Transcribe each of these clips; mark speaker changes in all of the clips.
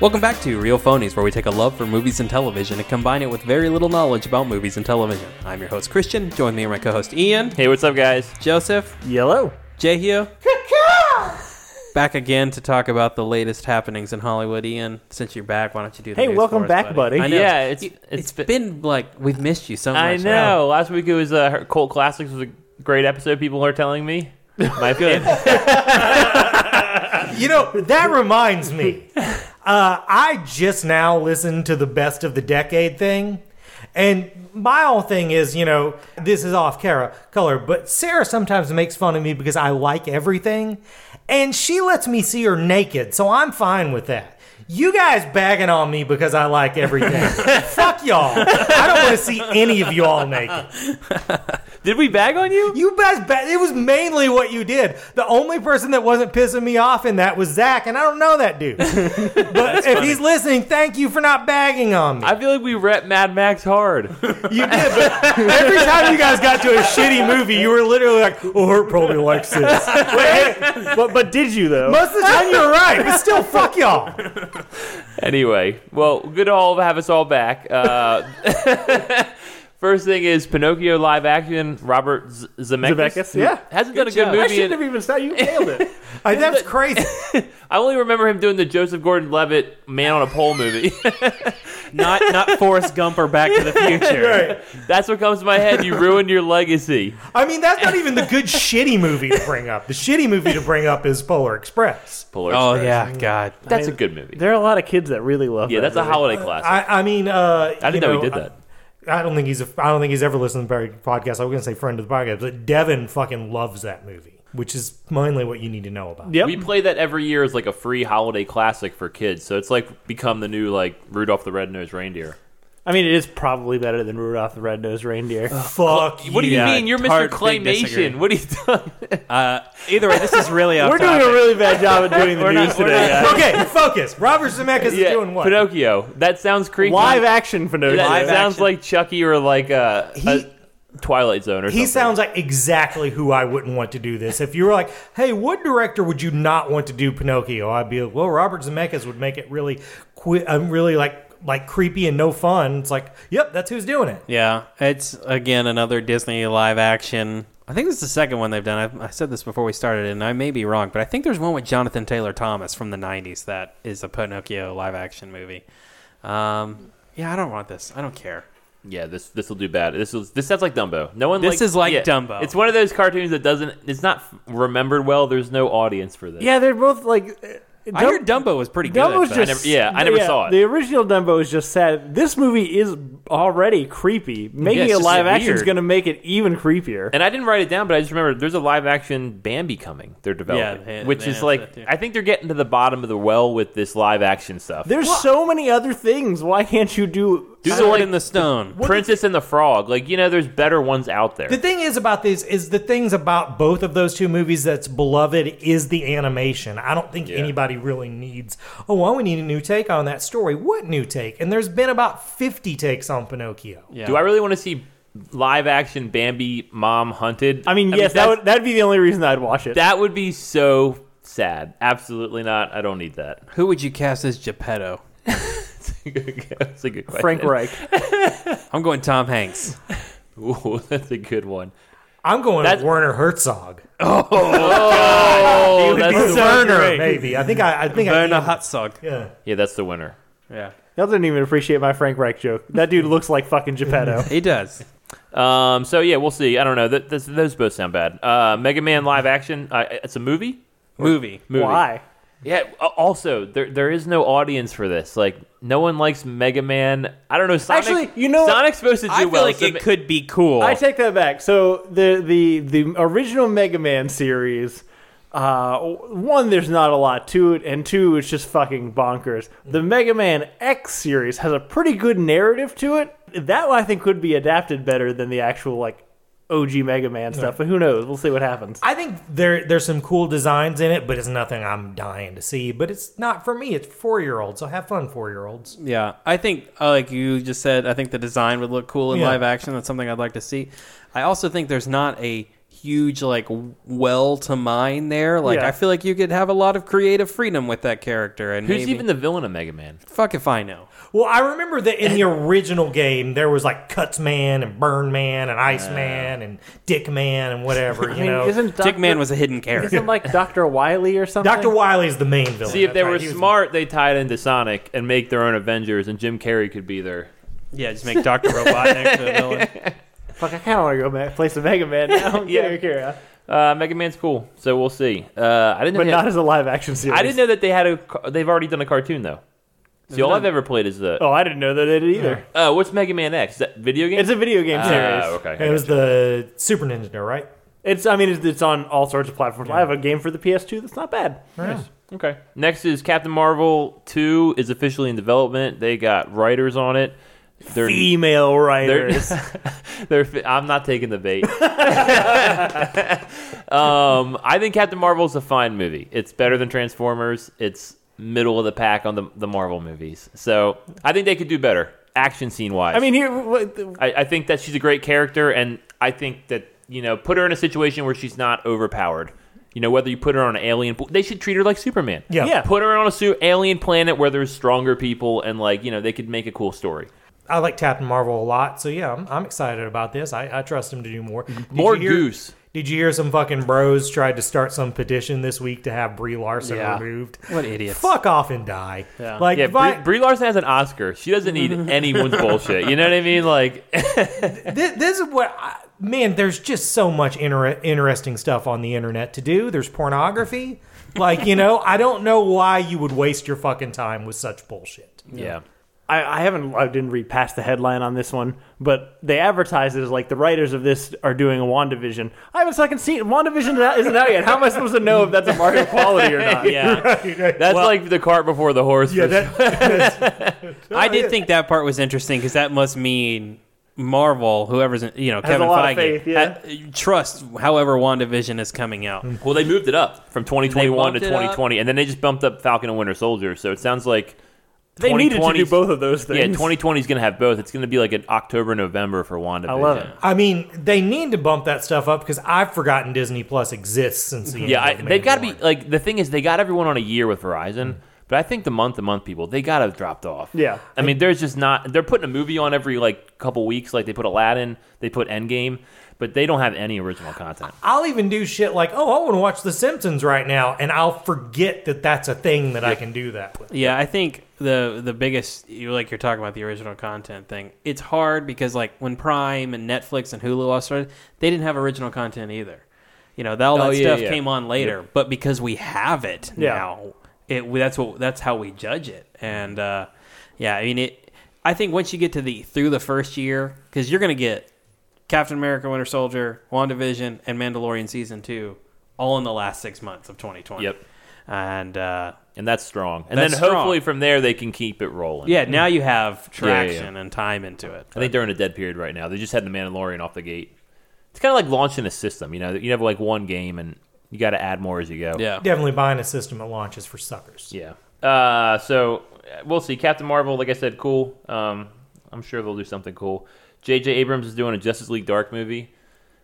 Speaker 1: Welcome back to Real Phonies, where we take a love for movies and television and combine it with very little knowledge about movies and television. I'm your host, Christian. Join me and my co host, Ian,
Speaker 2: Hey, what's up, guys?
Speaker 1: Joseph,
Speaker 3: Yellow.
Speaker 1: Jehu. back again to talk about the latest happenings in Hollywood. Ian, since you're back, why don't you do the
Speaker 3: Hey,
Speaker 1: news
Speaker 3: welcome
Speaker 1: for us,
Speaker 3: back, buddy.
Speaker 1: I know.
Speaker 2: Yeah, it's-
Speaker 1: You- it's
Speaker 2: it's
Speaker 1: been like we've missed you so much.
Speaker 2: I know. Last week it was uh, her- Cult Classics was a great episode. People are telling me. My good.
Speaker 3: You know, that reminds me. Uh, I just now listened to the best of the decade thing. And my whole thing is, you know, this is off Cara color, but Sarah sometimes makes fun of me because I like everything. And she lets me see her naked, so I'm fine with that. You guys bagging on me because I like everything. Fuck y'all. I don't want to see any of y'all naked.
Speaker 2: Did we bag on you?
Speaker 3: You guys, ba- it was mainly what you did. The only person that wasn't pissing me off in that was Zach, and I don't know that dude. but if he's listening, thank you for not bagging on me.
Speaker 2: I feel like we rep Mad Max hard.
Speaker 3: you did, but every time you guys got to a shitty movie, you were literally like, "Oh, her probably likes this."
Speaker 4: but but did you though?
Speaker 3: Most of the time, you're right, but still, fuck y'all.
Speaker 2: anyway, well, good to all have us all back. Uh, first thing is Pinocchio live action. Robert Z- Zemeckis,
Speaker 4: Zemeckis,
Speaker 2: who
Speaker 4: yeah.
Speaker 2: hasn't done a
Speaker 4: I
Speaker 2: good movie.
Speaker 4: shouldn't
Speaker 2: in-
Speaker 4: have even said you nailed it.
Speaker 3: Like, that's crazy.
Speaker 2: I only remember him doing the Joseph Gordon-Levitt Man on a Pole movie.
Speaker 1: Not not Forrest Gump or Back to the Future.
Speaker 2: That's what comes to my head. You ruined your legacy.
Speaker 3: I mean, that's not even the good shitty movie to bring up. The shitty movie to bring up is Polar Express.
Speaker 2: Polar
Speaker 1: Oh
Speaker 2: Express.
Speaker 1: yeah, God.
Speaker 2: that's a good movie.
Speaker 4: There are a lot of kids that really love.
Speaker 2: Yeah,
Speaker 4: that
Speaker 2: that's a
Speaker 4: movie.
Speaker 2: holiday classic.
Speaker 3: I, I mean, uh,
Speaker 2: I didn't
Speaker 3: you
Speaker 2: know,
Speaker 3: know,
Speaker 2: he did
Speaker 3: I-
Speaker 2: that.
Speaker 3: I don't think he's a. I don't think he's ever listened to the podcast. I was gonna say friend of the podcast, but Devin fucking loves that movie, which is mainly what you need to know about.
Speaker 4: Yep.
Speaker 2: We play that every year as like a free holiday classic for kids. So it's like become the new like Rudolph the Red-Nosed Reindeer.
Speaker 4: I mean, it is probably better than Rudolph the Red-Nosed Reindeer.
Speaker 2: What
Speaker 3: Fuck
Speaker 2: do you
Speaker 3: you.
Speaker 1: Yeah,
Speaker 2: mean? You're Mr.
Speaker 1: hard- big
Speaker 2: Claymation.
Speaker 1: disagree.
Speaker 2: What are you doing?
Speaker 1: Uh, either way, this is really off
Speaker 4: We're doing
Speaker 1: topic.
Speaker 4: a really bad job of doing the
Speaker 2: We're not-
Speaker 4: news
Speaker 2: we're
Speaker 4: today.
Speaker 2: not-
Speaker 4: guys.
Speaker 3: Okay, focus. Robert Zemeckis is doing what?
Speaker 2: Pinocchio. That sounds creepy.
Speaker 4: Live action Pinocchio.
Speaker 2: That
Speaker 1: Live
Speaker 2: sounds
Speaker 1: action.
Speaker 2: like Chucky or like uh,
Speaker 3: He-
Speaker 2: a Twilight Zone or
Speaker 3: He
Speaker 2: something.
Speaker 3: sounds like exactly who I wouldn't want to do this. If you were like, "Hey, what director would you not want to do Pinocchio?" I'd be like, "Well, Robert Zemeckis would make it really, qui- um, really like like creepy and no fun." It's like, "Yep, that's who's doing it."
Speaker 1: Yeah, it's again another Disney live action. I think this is the second one they've done. I, I said this before we started, and I may be wrong, but I think there's one with Jonathan Taylor Thomas from the '90s that is a Pinocchio live action movie. Um, yeah, I don't want this. I don't care.
Speaker 2: Yeah, this this will do bad. This will, this sounds like Dumbo. No one.
Speaker 1: This
Speaker 2: likes-
Speaker 1: is like
Speaker 2: yeah.
Speaker 1: Dumbo.
Speaker 2: It's one of those cartoons that doesn't. It's not f- remembered well. There's no audience for this.
Speaker 4: Yeah, they're both like. uh,
Speaker 1: I
Speaker 4: Dum-
Speaker 1: heard Dumbo was pretty good.
Speaker 4: Dumbo's
Speaker 1: but-
Speaker 4: just
Speaker 2: never- yeah, I never saw it.
Speaker 4: The original Dumbo is just sad. This movie is already creepy. Making
Speaker 2: it's
Speaker 4: it
Speaker 2: just
Speaker 4: live action is
Speaker 2: weird.
Speaker 4: going to make it even creepier.
Speaker 2: And I didn't write it down, but I just remember there's a live action Bambi coming. They're developing,
Speaker 1: they-
Speaker 2: which
Speaker 1: they
Speaker 2: is
Speaker 1: announced
Speaker 2: like
Speaker 1: that too.
Speaker 2: I think they're getting to the bottom of the well with this live action stuff.
Speaker 4: There's so many other things. Why can't you do?
Speaker 2: Dude,
Speaker 1: Sword
Speaker 2: like-
Speaker 1: in the Stone.
Speaker 2: Princess and the Frog, like you know, there's better ones out there.
Speaker 3: The thing is about these is the things about both of those two movies that's beloved is the animation. I don't think anybody really needs. Oh, well, we need a new take on that story. What new take? And there's been about fifty takes on Pinocchio.
Speaker 1: Yeah.
Speaker 2: Do I really want to see live action Bambi mom hunted?
Speaker 4: I mean, yes, that
Speaker 2: that's-
Speaker 4: would that'd be the only reason I'd watch it.
Speaker 2: that would be so sad. Absolutely not. I don't need that.
Speaker 1: Who would you cast as Geppetto?
Speaker 2: that's a good question.
Speaker 4: Frank Reich.
Speaker 1: I'm going Tom Hanks.
Speaker 2: Ooh, that's a good one.
Speaker 3: I'm going
Speaker 2: That's-
Speaker 3: Werner Herzog.
Speaker 2: Oh, that's
Speaker 3: It's
Speaker 2: the,
Speaker 3: Werner, maybe. I think I, I think I,
Speaker 1: Werner Herzog.
Speaker 3: yeah.
Speaker 2: yeah, that's the winner.
Speaker 1: Yeah,
Speaker 4: Y'all didn't even appreciate my Frank Reich joke. That dude looks like fucking Geppetto.
Speaker 1: he does.
Speaker 2: Um, so yeah, we'll see. I don't know. Th- th- those both sound bad. Uh, Mega Man live action. Uh, it's a movie.
Speaker 1: Movie.
Speaker 2: Movie.
Speaker 4: Why?
Speaker 2: Yeah. a- Also, there there is no audience for this. Like, no one likes Mega Man. I don't know. Sonic,
Speaker 4: Actually, you know what?
Speaker 2: Sonic's supposed to do
Speaker 1: I feel
Speaker 2: well.
Speaker 1: like
Speaker 2: so
Speaker 1: it could be cool.
Speaker 4: I take that back. So the the the original Mega Man series, uh, one there's not a lot to it, and two it's just fucking bonkers. The Mega Man X series has a pretty good narrative to it. That one I think could be adapted better than the actual like OG Mega Man stuff. But who knows? We'll see what happens.
Speaker 3: I think there there's some cool designs in it, but it's nothing I'm dying to see. But it's not for me. It's four year olds, so have fun, four year olds.
Speaker 1: Yeah, I think uh, like you just said, I think the design would look cool in
Speaker 3: Yeah.
Speaker 1: live action. That's something I'd like to see. I also think there's not a huge like w- well to mine there. Like
Speaker 4: Yeah.
Speaker 1: I feel like you could have a lot of creative freedom with that character. And
Speaker 2: Who's
Speaker 1: maybe,
Speaker 2: even the villain of Mega Man?
Speaker 1: fuck if I know.
Speaker 3: Well, I remember that in the original game, there was like Cuts Man and Burn Man and Ice Man and Dick Man and whatever, you
Speaker 4: I mean,
Speaker 3: know.
Speaker 4: isn't Dr.
Speaker 1: Dick Man was a hidden character.
Speaker 4: isn't like Doctor Wiley or something?
Speaker 3: Dr. Wily's the main villain.
Speaker 2: See, if
Speaker 3: That's
Speaker 2: they
Speaker 3: right.
Speaker 2: were
Speaker 3: He was-
Speaker 2: smart, they tied into Sonic and make their own Avengers, and Jim Carrey could be there.
Speaker 1: yeah, just make Doctor Robot next to the villain.
Speaker 4: Fuck, I kind of want to go back play some Mega Man now.
Speaker 2: Yeah.
Speaker 4: yeah, yeah.
Speaker 2: Uh, Mega Man's cool, so we'll see. Uh, I didn't know.
Speaker 4: but
Speaker 2: they
Speaker 4: not
Speaker 2: had,
Speaker 4: as a live action series.
Speaker 2: I didn't know that they had a. ca- They've already done a cartoon though. See, all I've ever played is the.
Speaker 4: Oh, I didn't know that they did either.
Speaker 2: Uh, what's Mega Man X? Is that video game?
Speaker 4: It's a video game
Speaker 2: Ah,
Speaker 4: series.
Speaker 2: okay.
Speaker 3: It was the Super Nintendo, right?
Speaker 4: It's I mean it's, it's on all sorts of platforms. I have a game for the PS2 that's not bad.
Speaker 3: Nice.
Speaker 2: Okay. Next is Captain Marvel 2 is officially in development. They got writers on it. They're,
Speaker 4: Female
Speaker 2: they're,
Speaker 4: writers.
Speaker 2: they're fi- I'm not taking the bait. um, I think Captain Marvel's a fine movie. It's better than Transformers. It's middle of the pack on the, the Marvel movies. So I think they could do better, action scene wise.
Speaker 4: I mean here what, the-
Speaker 2: I, I think that she's a great character, and I think that you know, put her in a situation where she's not overpowered. You know, whether you put her on an alien, they should treat her like Superman.
Speaker 3: Yeah.
Speaker 4: Yeah.
Speaker 2: put her on a su- alien planet where there's stronger people, and like you know, they could make a cool story.
Speaker 3: I like Captain Marvel a lot, so yeah, I'm, I'm excited about this. I, I trust him to do more. Did
Speaker 2: More
Speaker 3: you hear-
Speaker 2: Goose.
Speaker 3: Did you hear some fucking bros tried to start some petition this week to have Brie Larson
Speaker 1: Yeah.
Speaker 3: removed?
Speaker 1: What idiots.
Speaker 3: Fuck off and die. Like,
Speaker 2: Yeah,
Speaker 3: if I-
Speaker 2: Brie, Brie Larson has an Oscar. She doesn't need anyone's bullshit. You know what I mean? Like,
Speaker 3: Thi- this is what I, man there's just so much inter- interesting stuff on the internet to do there's pornography like you know i don't know why you would waste your fucking time with such bullshit
Speaker 2: yeah.
Speaker 4: I, I haven't I didn't read past the headline on this one, but they advertise it as like the writers of this are doing a WandaVision. I haven't fucking seen WandaVision that isn't out yet. How am I supposed to know if that's a Mario quality or not?
Speaker 2: Yeah, that's like the cart before the horse. for
Speaker 1: I did think that part was interesting because that must mean Marvel, whoever's in- you know Kevin
Speaker 4: a lot of
Speaker 1: Feige,
Speaker 4: faith, yeah.
Speaker 1: ha- trust however WandaVision is coming out.
Speaker 2: Well, they moved it up from 2021 to
Speaker 1: They bumped it up.
Speaker 2: 2020, and then they just bumped up Falcon and Winter Soldier. So it sounds like
Speaker 4: They needed to do
Speaker 2: 2020's
Speaker 4: both of those things.
Speaker 2: Yeah, 2020 is going to have both. It's going to be like an October November for WandaVision.
Speaker 4: I love it.
Speaker 3: i mean they need to bump that stuff up because i've forgotten disney plus exists since the
Speaker 2: Yeah, I,
Speaker 3: end of
Speaker 2: they've got to be
Speaker 3: Mandalorian.
Speaker 2: like the thing is they got everyone on a year with Verizon, but I think the month to month people they got to have dropped off.
Speaker 4: Mm. Yeah.
Speaker 2: I mean there's just not they're putting a movie on every like couple weeks. Like they put Aladdin, they put Endgame, but they don't have any original content.
Speaker 3: I'll even do shit like, oh, I want to watch The Simpsons right now, and I'll forget that that's a thing that I can do that with.
Speaker 1: Yeah, I think the the biggest you like you're talking about the original content thing. It's hard because like when Prime and Netflix and Hulu all started, they didn't have original content either. You know, that, all
Speaker 2: Oh,
Speaker 1: that
Speaker 2: yeah,
Speaker 1: stuff
Speaker 2: yeah.
Speaker 1: came on later, but because we have it
Speaker 4: Yeah.
Speaker 1: now, it that's what that's how we judge it. And uh, yeah, I mean it. I think once you get to the through the first year, because you're gonna get Captain America, Winter Soldier, WandaVision, and Mandalorian season two, all in the last six months of 2020.
Speaker 2: Yep.
Speaker 1: And uh,
Speaker 2: And that's strong. And
Speaker 1: That's
Speaker 2: then hopefully
Speaker 1: strong.
Speaker 2: from there they can keep it rolling.
Speaker 1: yeah, now you have
Speaker 2: yeah, yeah.
Speaker 1: traction and time into it.
Speaker 2: I think they're in a dead period right now. They just had the Mandalorian off the gate. It's kind of like launching a system. You know, you have like one game and you got to add more as you go.
Speaker 1: yeah.
Speaker 3: Definitely buying a system that launches for suckers.
Speaker 2: Yeah. Uh, so uh, we'll see. Captain Marvel, like I said, cool. Um, I'm sure they'll do something cool. J.J. Abrams is doing a Justice League Dark movie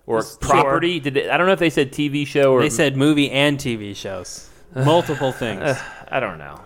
Speaker 2: or property. Did they, I don't know if they said TV show or
Speaker 1: They said movie and TV shows, multiple things.
Speaker 2: I don't know.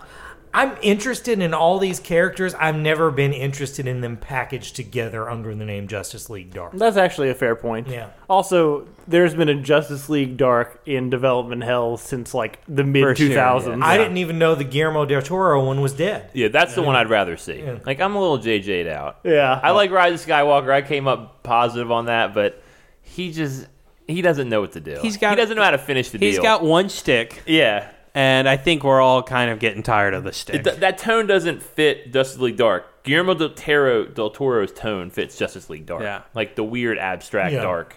Speaker 3: I'm interested in all these characters. I've never been interested in them packaged together under the name Justice League Dark.
Speaker 4: That's actually a fair point.
Speaker 3: Yeah.
Speaker 4: Also, there's been a Justice League Dark in development hell since like the mid
Speaker 1: sure,
Speaker 4: 2000s.
Speaker 1: yeah.
Speaker 3: I didn't even know the Guillermo del Toro one was dead.
Speaker 2: Yeah, that's the one I'd rather see. Like I'm a little JJ'd out.
Speaker 4: Yeah.
Speaker 2: I like Rise of Skywalker. I came up positive on that, but he just he doesn't know what to do.
Speaker 1: He's got-
Speaker 2: he doesn't know how to finish the
Speaker 1: He's
Speaker 2: deal.
Speaker 1: got one shtick,
Speaker 2: yeah.
Speaker 1: and I think we're all kind of getting tired of the
Speaker 2: It,
Speaker 1: shtick.
Speaker 2: th- that tone doesn't fit Justice League Dark. Guillermo del Toro del Toro's tone fits Justice League Dark.
Speaker 1: Yeah.
Speaker 2: Like the weird abstract
Speaker 3: Yeah.
Speaker 2: dark.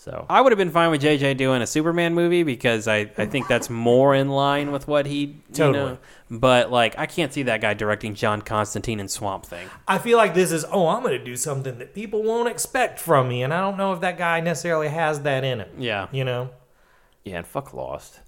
Speaker 2: So
Speaker 1: I would have been fine with JJ doing a Superman movie because I, I think that's more in line with what he
Speaker 3: Totally.
Speaker 1: you know. But like I can't see that guy directing John Constantine and Swamp Thing.
Speaker 3: I feel like this is, oh, I'm going to do something that people won't expect from me. And I don't know if that guy necessarily has that in him.
Speaker 1: Yeah.
Speaker 3: You know?
Speaker 2: yeah, and fuck Lost.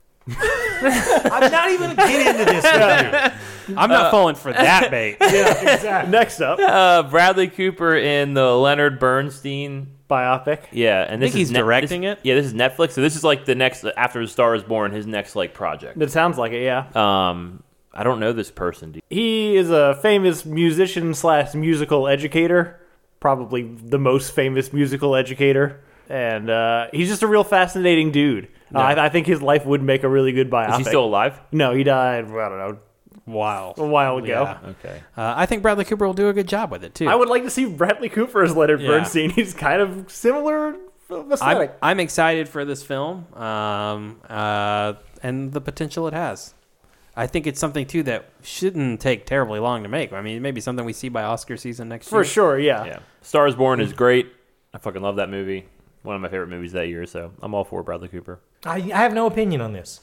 Speaker 3: I'm not even getting into this with
Speaker 1: I'm not falling for that bait.
Speaker 3: you. Yeah, exactly.
Speaker 4: Next up,
Speaker 2: Uh, Bradley Cooper in the Leonard Bernstein.
Speaker 4: biopic.
Speaker 2: Yeah, and this
Speaker 1: think he's
Speaker 2: is Net-
Speaker 1: directing
Speaker 2: this-
Speaker 1: it?
Speaker 2: Yeah, this is Netflix. So this is like the next after Star is Born, his next like project.
Speaker 4: It sounds like it, yeah.
Speaker 2: Um, I don't know this person. dude.
Speaker 4: He is a famous musician slash musical educator, probably the most famous musical educator, and uh, he's just a real fascinating dude. Uh, I, I think his life would make a really good biopic.
Speaker 2: Is he still alive?
Speaker 4: No, he died. I don't know,
Speaker 1: Wow.
Speaker 4: a while ago.
Speaker 1: Yeah.
Speaker 2: Okay.
Speaker 1: Uh, I think Bradley Cooper will do a good job with it too.
Speaker 4: I would like to see Bradley Cooper as Leonard
Speaker 1: Yeah.
Speaker 4: Bernstein. He's kind of similar of
Speaker 1: I'm,
Speaker 4: aesthetic.
Speaker 1: I'm excited for this film um, uh, and the potential it has. I think it's something too that shouldn't take terribly long to make. I mean, it may be something we see by Oscar season next
Speaker 4: for
Speaker 1: year.
Speaker 4: sure, yeah.
Speaker 2: Yeah. Star is Born is great. I fucking love that movie. One of my favorite movies that year. So I'm all for Bradley Cooper.
Speaker 3: I, I have no opinion on this.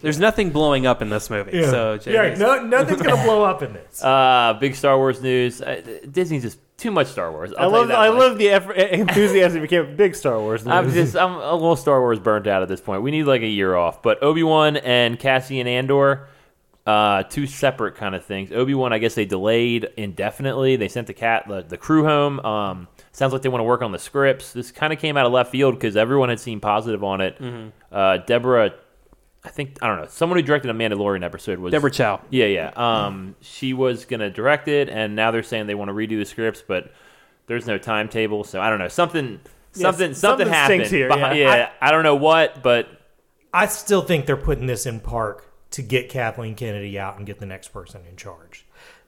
Speaker 1: There's nothing blowing up in this movie. So
Speaker 3: yeah,
Speaker 1: Jamie's-
Speaker 3: no, nothing's gonna blow up in this.
Speaker 2: Uh, big Star Wars news. Uh, Disney's just too much Star Wars.
Speaker 4: I
Speaker 2: I'll tell you
Speaker 4: love
Speaker 2: that
Speaker 4: I
Speaker 2: much.
Speaker 4: love the effort, enthusiasm he became a big Star Wars. nerd.
Speaker 2: I'm just I'm a little Star Wars burnt out at this point. We need like a year off. But Obi Wan and Cassian Andor, uh, two separate kind of things. Obi Wan, I guess they delayed indefinitely. They sent the cat the, the crew home. Um, sounds like they want to work on the scripts. This kind of came out of left field because everyone had seen positive on it.
Speaker 4: Mm-hmm.
Speaker 2: Uh, Deborah, I think I don't know someone who directed a Mandalorian episode was
Speaker 1: Deborah Chow.
Speaker 2: yeah, yeah. Um, she was gonna direct it, and now they're saying they want to redo the scripts, but there's no timetable. So I don't know. Something, something, something,
Speaker 4: s- something
Speaker 2: happened.
Speaker 4: stinks here,
Speaker 2: behi-
Speaker 4: yeah.
Speaker 2: I, don't know what, but
Speaker 3: I still think they're putting this in park to get Kathleen Kennedy out and get the next person in charge.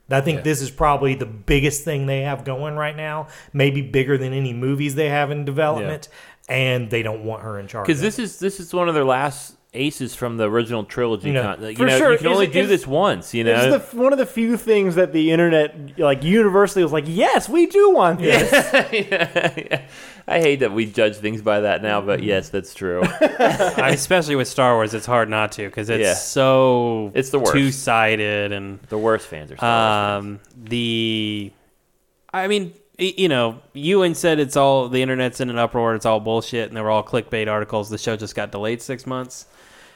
Speaker 3: I think this is probably the biggest thing they have going right now, maybe bigger than any movies they have in development, and they don't want her in charge.
Speaker 2: because this is this is one of their last aces from the original trilogy.
Speaker 3: Yeah.
Speaker 2: Con- like,
Speaker 4: For
Speaker 2: you know,
Speaker 4: sure.
Speaker 2: you can
Speaker 4: Is
Speaker 2: only
Speaker 4: it-
Speaker 2: do
Speaker 4: is-
Speaker 2: this once. You
Speaker 4: It's
Speaker 2: know,
Speaker 4: the, one of the few things that the internet like universally was like, yes, we do want this.
Speaker 2: I hate that we judge things by that now, but yes, that's true.
Speaker 1: I- especially with Star Wars, it's hard not to because it's
Speaker 2: Yeah.
Speaker 1: so
Speaker 2: It's the worst.
Speaker 1: two sided and
Speaker 2: the worst fans are. Star Wars fans.
Speaker 1: um, the. I mean, y- you know, Ewan said it's all the internet's in an uproar. It's all bullshit, and they were all clickbait articles. The show just got delayed six months.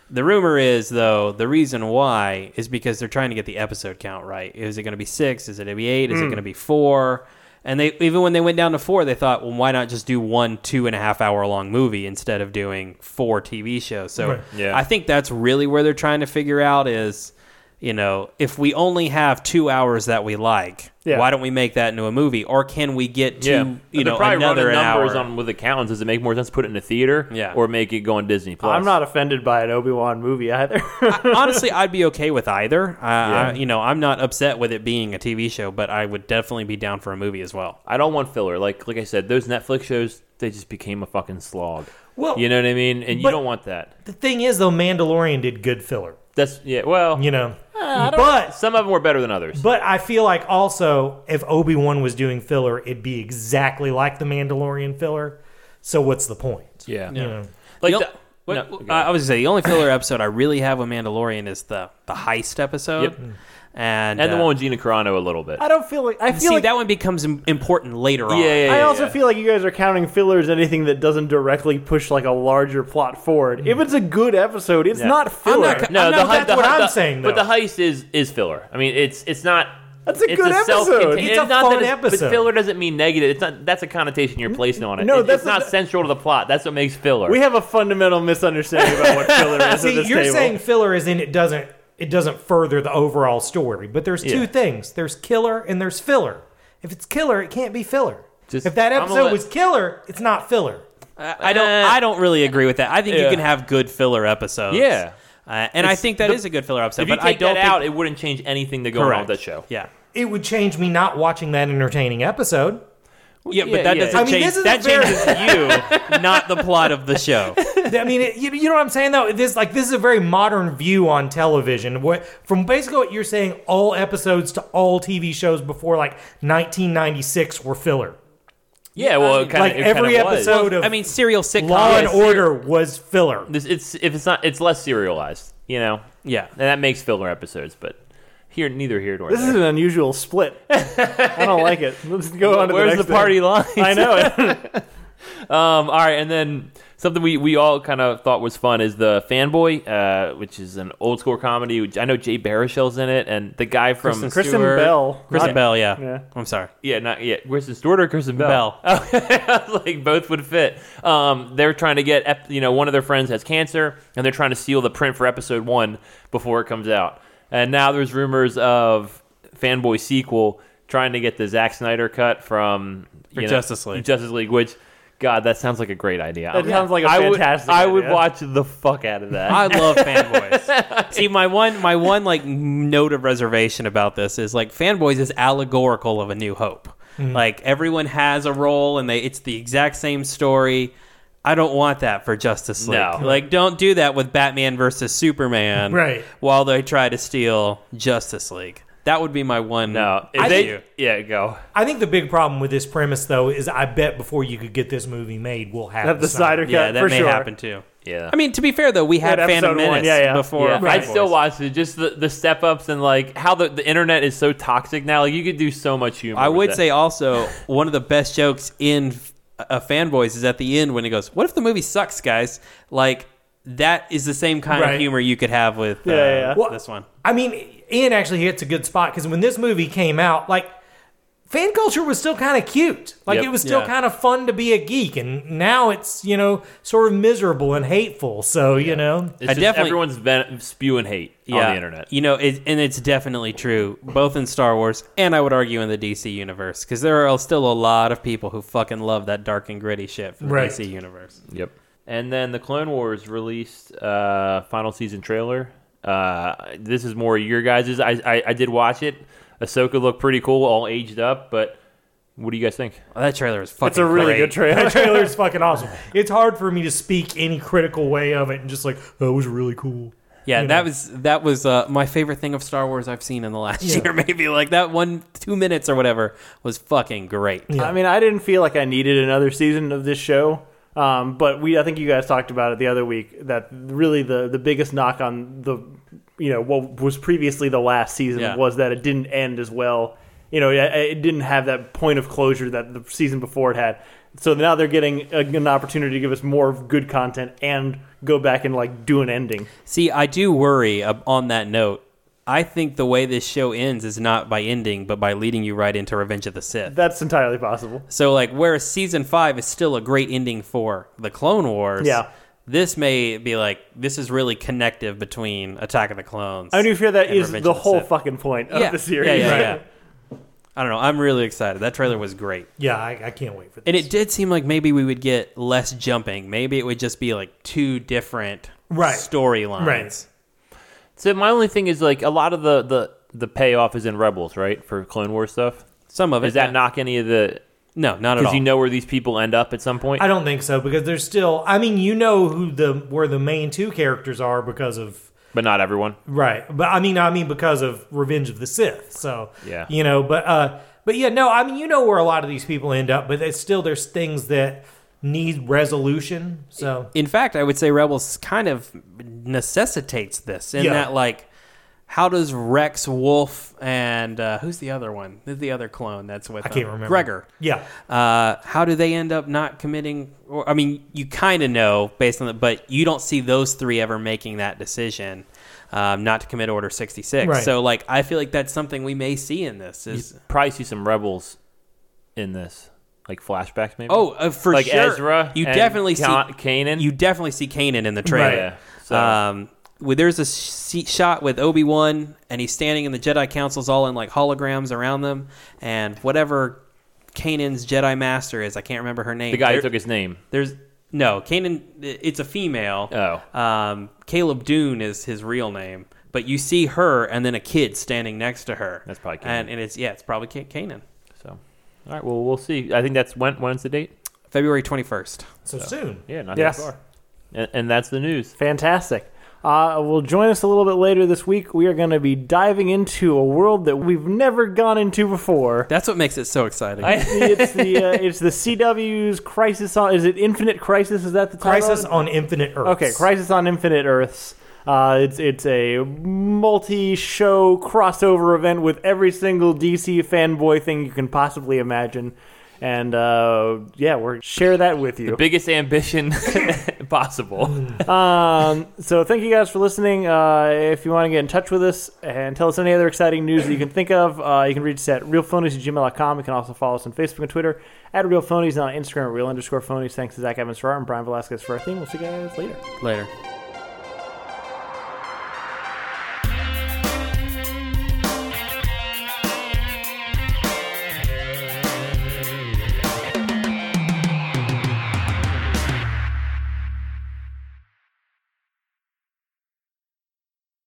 Speaker 1: The rumor is though the reason why is because they're trying to get the episode count right. Is it going to be six? Is it going to be eight? Is it going to be four? And they even when they went down to four, they thought, well, why not just do one two and a half hour long movie instead of doing four TV shows? So
Speaker 3: Right.
Speaker 2: Yeah.
Speaker 1: I think that's really where they're trying to figure out is, you know, if we only have two hours that we like,
Speaker 4: Yeah.
Speaker 1: why don't we make that into a movie? Or can we get to
Speaker 2: yeah,
Speaker 1: you
Speaker 2: They're
Speaker 1: know
Speaker 2: probably
Speaker 1: another an
Speaker 2: running numbers
Speaker 1: hour?
Speaker 2: on with accountants. Does it make more sense to put it in a theater,
Speaker 1: Yeah.
Speaker 2: or make it go on Disney Plus?
Speaker 4: I'm not offended by an Obi Wan movie either.
Speaker 1: honestly, I'd be okay with either. Uh, I, you know, I'm not upset with it being a TV show, but I would definitely be down for a movie as well.
Speaker 2: I don't want filler. Like like I said, those Netflix shows they just became a fucking slog.
Speaker 3: Well-
Speaker 2: you know what I mean, and you
Speaker 3: but-
Speaker 2: don't want that.
Speaker 3: the thing is, though, Mandalorian did good filler,
Speaker 2: That's yeah. Well,
Speaker 3: you know. but
Speaker 2: some of them were better than others.
Speaker 3: But I feel like also if Obi Wan was doing filler, it'd be exactly like the Mandalorian filler. So what's the point?
Speaker 2: yeah,
Speaker 3: You know?
Speaker 2: like
Speaker 1: The-
Speaker 2: the,
Speaker 1: what-
Speaker 2: no,
Speaker 1: uh,
Speaker 2: okay.
Speaker 1: I was gonna say the only filler episode I really have with Mandalorian is the the heist episode,
Speaker 2: Yep.
Speaker 1: and
Speaker 2: and the
Speaker 1: uh,
Speaker 2: one with Gina Carano a little bit.
Speaker 4: I don't feel like I feel
Speaker 1: see
Speaker 4: like
Speaker 1: that one becomes im- important later on.
Speaker 2: Yeah, yeah,
Speaker 4: I also
Speaker 2: yeah.
Speaker 4: feel like you guys are counting fillers anything that doesn't directly push like a larger plot forward. If it's a good episode, it's not filler.
Speaker 3: not co-
Speaker 2: No,
Speaker 3: I know
Speaker 2: the hei-
Speaker 3: that's
Speaker 2: the
Speaker 3: what
Speaker 2: hei-
Speaker 3: I'm
Speaker 2: the-
Speaker 3: saying,
Speaker 2: But
Speaker 3: though.
Speaker 2: the heist is is filler. I mean, it's it's not.
Speaker 4: That's a
Speaker 2: it's
Speaker 4: good episode.
Speaker 2: self-contained-
Speaker 3: It's a
Speaker 2: not that
Speaker 3: fun
Speaker 2: But
Speaker 3: episode.
Speaker 2: filler doesn't mean negative. It's not. That's a connotation you're placing on it.
Speaker 4: No,
Speaker 2: It- it's
Speaker 4: that's a-
Speaker 2: not central to the plot. That's what makes filler.
Speaker 4: we have a fundamental misunderstanding about what filler is at
Speaker 3: See,
Speaker 4: this
Speaker 3: you're
Speaker 4: table.
Speaker 3: saying filler is in it doesn't it doesn't further the overall story. But there's two
Speaker 2: Yeah.
Speaker 3: things. There's killer and there's filler. If it's killer, it can't be filler.
Speaker 2: Just-
Speaker 3: if that
Speaker 2: I'm
Speaker 3: episode
Speaker 2: gonna let-
Speaker 3: was killer, it's not filler.
Speaker 1: I don't.
Speaker 2: Uh,
Speaker 1: I don't really agree with that. I think you
Speaker 2: yeah.
Speaker 1: can have good filler episodes.
Speaker 2: Yeah.
Speaker 1: uh, and I
Speaker 2: It's-
Speaker 1: think that
Speaker 2: the-
Speaker 1: is a good filler episode.
Speaker 2: if you
Speaker 1: but
Speaker 2: take
Speaker 1: I don't
Speaker 2: that
Speaker 1: think,
Speaker 2: out, it wouldn't change anything that going on
Speaker 1: correct
Speaker 2: with that show.
Speaker 1: Yeah,
Speaker 3: It would change me not watching that entertaining episode.
Speaker 1: yeah,
Speaker 2: yeah,
Speaker 1: but that
Speaker 2: yeah.
Speaker 1: doesn't
Speaker 2: I
Speaker 3: mean,
Speaker 1: change.
Speaker 3: this is a
Speaker 1: that
Speaker 3: very-
Speaker 1: changes you, not the plot of the show.
Speaker 3: I mean, it, you, you know what I'm saying though. This like this is a very modern view on television. What from basically what you're saying, all episodes to all TV shows before like 1996 were filler.
Speaker 2: Yeah, well, it kind
Speaker 3: like
Speaker 2: of
Speaker 3: every episode of
Speaker 1: I mean, serial
Speaker 3: Law
Speaker 1: sitcom.
Speaker 3: and Order was filler.
Speaker 2: This, it's if it's not, it's less serialized, you know.
Speaker 1: Yeah.
Speaker 2: and that makes filler episodes, but here, neither here nor
Speaker 4: this is
Speaker 2: there.
Speaker 4: an unusual split. I don't like it. Let's go on to
Speaker 2: Where's
Speaker 4: the
Speaker 2: the,
Speaker 4: next
Speaker 2: party
Speaker 4: thing.
Speaker 2: line?
Speaker 4: I know it.
Speaker 2: Um, all right, and then something we, we all kind of thought was fun is the Fanboy, uh, which is an old school comedy. Which I know Jay Baruchel's in it, and the guy from
Speaker 1: Kristen
Speaker 4: Kristen
Speaker 1: Stewart.
Speaker 4: Bell.
Speaker 1: Kristen
Speaker 4: Not-
Speaker 1: Bell, yeah.
Speaker 4: Yeah.
Speaker 1: I'm sorry.
Speaker 2: yeah, not yeah, Kristen Stewart or Kristen Bell.
Speaker 1: Bell.
Speaker 2: Oh, I was like both would fit. Um, they're trying to get ep- you know one of their friends has cancer, and they're trying to steal the print for episode one before it comes out. And now there's rumors of fanboy sequel trying to get the Zack Snyder cut from
Speaker 1: For
Speaker 2: you know,
Speaker 1: Justice League.
Speaker 2: Justice League, which God, that sounds like a great idea.
Speaker 4: That sounds like a
Speaker 2: I would-
Speaker 4: fantastic
Speaker 2: I would
Speaker 4: idea.
Speaker 2: watch the fuck out of that.
Speaker 1: I love fanboys. See, my one my one like note of reservation about this is like fanboys is allegorical of a new hope.
Speaker 4: Mm-hmm.
Speaker 1: Like everyone has a role and they it's the exact same story. I don't want that for Justice League.
Speaker 2: No.
Speaker 1: Like don't do that with Batman versus Superman
Speaker 3: Right.
Speaker 1: while they try to steal Justice League. That would be my one
Speaker 2: no, if
Speaker 1: I
Speaker 2: they,
Speaker 1: think-
Speaker 2: yeah, go.
Speaker 3: I think the big problem with this premise, though, is I bet before you could get this movie made, we'll have,
Speaker 4: Have the Snyder cut
Speaker 1: Yeah, that
Speaker 4: for
Speaker 1: may
Speaker 4: sure.
Speaker 1: happen too.
Speaker 2: Yeah.
Speaker 1: I mean, to be fair though, we had
Speaker 4: had
Speaker 1: Phantom
Speaker 4: episode one,
Speaker 1: Menace
Speaker 4: yeah, yeah.
Speaker 1: before.
Speaker 2: Yeah,
Speaker 1: fanboys.
Speaker 2: I'd still watch it. Just the, the step ups and like how the, the internet is so toxic now. Like you could do so much humor.
Speaker 1: I
Speaker 2: with
Speaker 1: would
Speaker 2: that.
Speaker 1: say also one of the best jokes in uh, Fanboys is at the end when he goes, "What if the movie sucks, guys?" Like that is the same kind
Speaker 3: Right.
Speaker 1: of humor you could have with uh,
Speaker 4: Yeah, yeah, yeah.
Speaker 3: Well,
Speaker 1: this one.
Speaker 3: I mean, Ian actually hits a good spot because when this movie came out, like fan culture was still kind of cute. Like
Speaker 2: Yep.
Speaker 3: it was still
Speaker 1: Yeah.
Speaker 3: kind of fun to be a geek, and now it's you know sort of miserable and hateful. So you know,
Speaker 2: it's
Speaker 1: I
Speaker 2: just
Speaker 1: definitely-
Speaker 2: everyone's ven- spewing hate on the internet.
Speaker 1: You know, it, and it's definitely true, both in Star Wars and I would argue in the DC universe, because there are still a lot of people who fucking love that dark and gritty shit from the
Speaker 3: Right.
Speaker 1: DC universe.
Speaker 2: Yep. And then the Clone Wars released uh, final season trailer. Uh, this is more your guys's. I, I I did watch it. Ahsoka looked pretty cool, all aged up. But what do you guys think?
Speaker 1: Oh, that trailer is fucking.
Speaker 4: It's a really
Speaker 1: great.
Speaker 4: good trailer.
Speaker 3: that trailer is fucking awesome. It's hard for me to speak any critical way of it and just like that was really cool.
Speaker 1: Yeah,
Speaker 3: you
Speaker 1: that
Speaker 3: know.
Speaker 1: was that was uh, my favorite thing of Star Wars I've seen in the last
Speaker 3: Yeah.
Speaker 1: year. Maybe like that one two minutes or whatever was fucking great.
Speaker 4: I mean, I didn't feel like I needed another season of this show. Um, but we, I think you guys talked about it the other week that really the, the biggest knock on the, you know, what was previously the last season
Speaker 1: Yeah.
Speaker 4: was that it didn't end as well. You know, it, it didn't have that point of closure that the season before it had. So now they're getting a, an opportunity to give us more of good content and go back and like do an ending.
Speaker 1: See, I do worry uh, on that note. I think the way this show ends is not by ending, but by leading you right into Revenge of the Sith.
Speaker 4: That's entirely possible.
Speaker 1: So, like, whereas season five is still a great ending for the Clone Wars,
Speaker 4: Yeah.
Speaker 1: this may be like this is really connective between Attack of the Clones.
Speaker 4: I do fear that
Speaker 1: and
Speaker 4: is
Speaker 1: Revenge
Speaker 4: the
Speaker 1: of the
Speaker 4: whole
Speaker 1: Sith.
Speaker 4: fucking point
Speaker 1: yeah.
Speaker 4: of the series.
Speaker 1: Yeah, yeah,
Speaker 4: right?
Speaker 1: yeah. I don't know. I'm really excited. That trailer was great.
Speaker 3: Yeah, I, I can't wait for this.
Speaker 1: And it did seem like maybe we would get less jumping. Maybe it would just be like two different
Speaker 3: Right.
Speaker 1: storylines.
Speaker 3: Right.
Speaker 2: So my only thing is like a lot of the the the payoff is in Rebels, right? For Clone Wars stuff.
Speaker 1: Some of it.
Speaker 2: Does that knock any of the?
Speaker 1: No, not at all.
Speaker 2: Because you know where these people end up at some point.
Speaker 3: I don't think so because there's still. I mean, you know who the where the main two characters are because of
Speaker 2: but not everyone.
Speaker 3: right, but I mean, I mean because of Revenge of the Sith. So
Speaker 2: Yeah.
Speaker 3: you know, but uh, but yeah, no, I mean, you know where a lot of these people end up, but it's still there's things that need resolution. So
Speaker 1: in fact, I would say Rebels kind of necessitates this in
Speaker 3: Yeah.
Speaker 1: that, like, how does Rex Wolf and uh, who's the other one? Who's the other clone that's with
Speaker 3: I can't
Speaker 1: them?
Speaker 3: remember.
Speaker 1: Gregor.
Speaker 3: yeah,
Speaker 1: Uh, how do they end up not committing? Or I mean, you kind of know based on that, but you don't see those three ever making that decision um, not to commit Order sixty six.
Speaker 3: Right.
Speaker 1: So, like, I feel like that's something we may see in this. Is
Speaker 2: probably see some rebels in this, like flashbacks, maybe.
Speaker 1: oh, uh, for
Speaker 2: like
Speaker 1: sure,
Speaker 2: Ezra.
Speaker 1: you
Speaker 2: and
Speaker 1: definitely
Speaker 2: Ka-
Speaker 1: see
Speaker 2: Kanan.
Speaker 1: you definitely see Kanan in the trailer.
Speaker 2: Yeah, so-
Speaker 1: Um, well, there's a sh- shot with Obi Wan, and he's standing, and the Jedi Council's all in like holograms around them, and whatever Kanan's Jedi Master is, I can't remember her name.
Speaker 2: the guy who
Speaker 1: There-
Speaker 2: took his name.
Speaker 1: there's no Kanan. It's a female.
Speaker 2: Oh.
Speaker 1: Um, Caleb Dune is his real name, but you see her, and then a kid standing next to her.
Speaker 2: That's probably Kanan.
Speaker 1: And, and it's yeah, it's probably Ka- Kanan.
Speaker 2: So, all right. Well, we'll see. I think that's when. When's the date?
Speaker 1: February twenty first.
Speaker 3: so soon.
Speaker 2: Yeah, not
Speaker 4: Yes.
Speaker 2: that far. And, and that's the news.
Speaker 4: Fantastic. Uh, well, join us a little bit later this week. We are going to be diving into a world that we've never gone into before.
Speaker 1: That's what makes it so exciting.
Speaker 4: it's the uh, it's the CW's Crisis on is it Infinite Crisis? Is that the title?
Speaker 3: Crisis on Infinite Earths.
Speaker 4: Okay, Crisis on Infinite Earths. Uh, it's it's a multi-show crossover event with every single DC fanboy thing you can possibly imagine. And uh, yeah, we're share that with you.
Speaker 2: Biggest ambition possible.
Speaker 4: um, so thank you guys for listening. Uh, if you want to get in touch with us and tell us any other exciting news that you can think of, uh, you can reach us at realphonies at gmail.com. You can also follow us on Facebook and Twitter at realphonies and on Instagram at real underscore phonies. Thanks to Zach Evans for art and Brian Velasquez for our theme. We'll see you guys later.
Speaker 1: Later.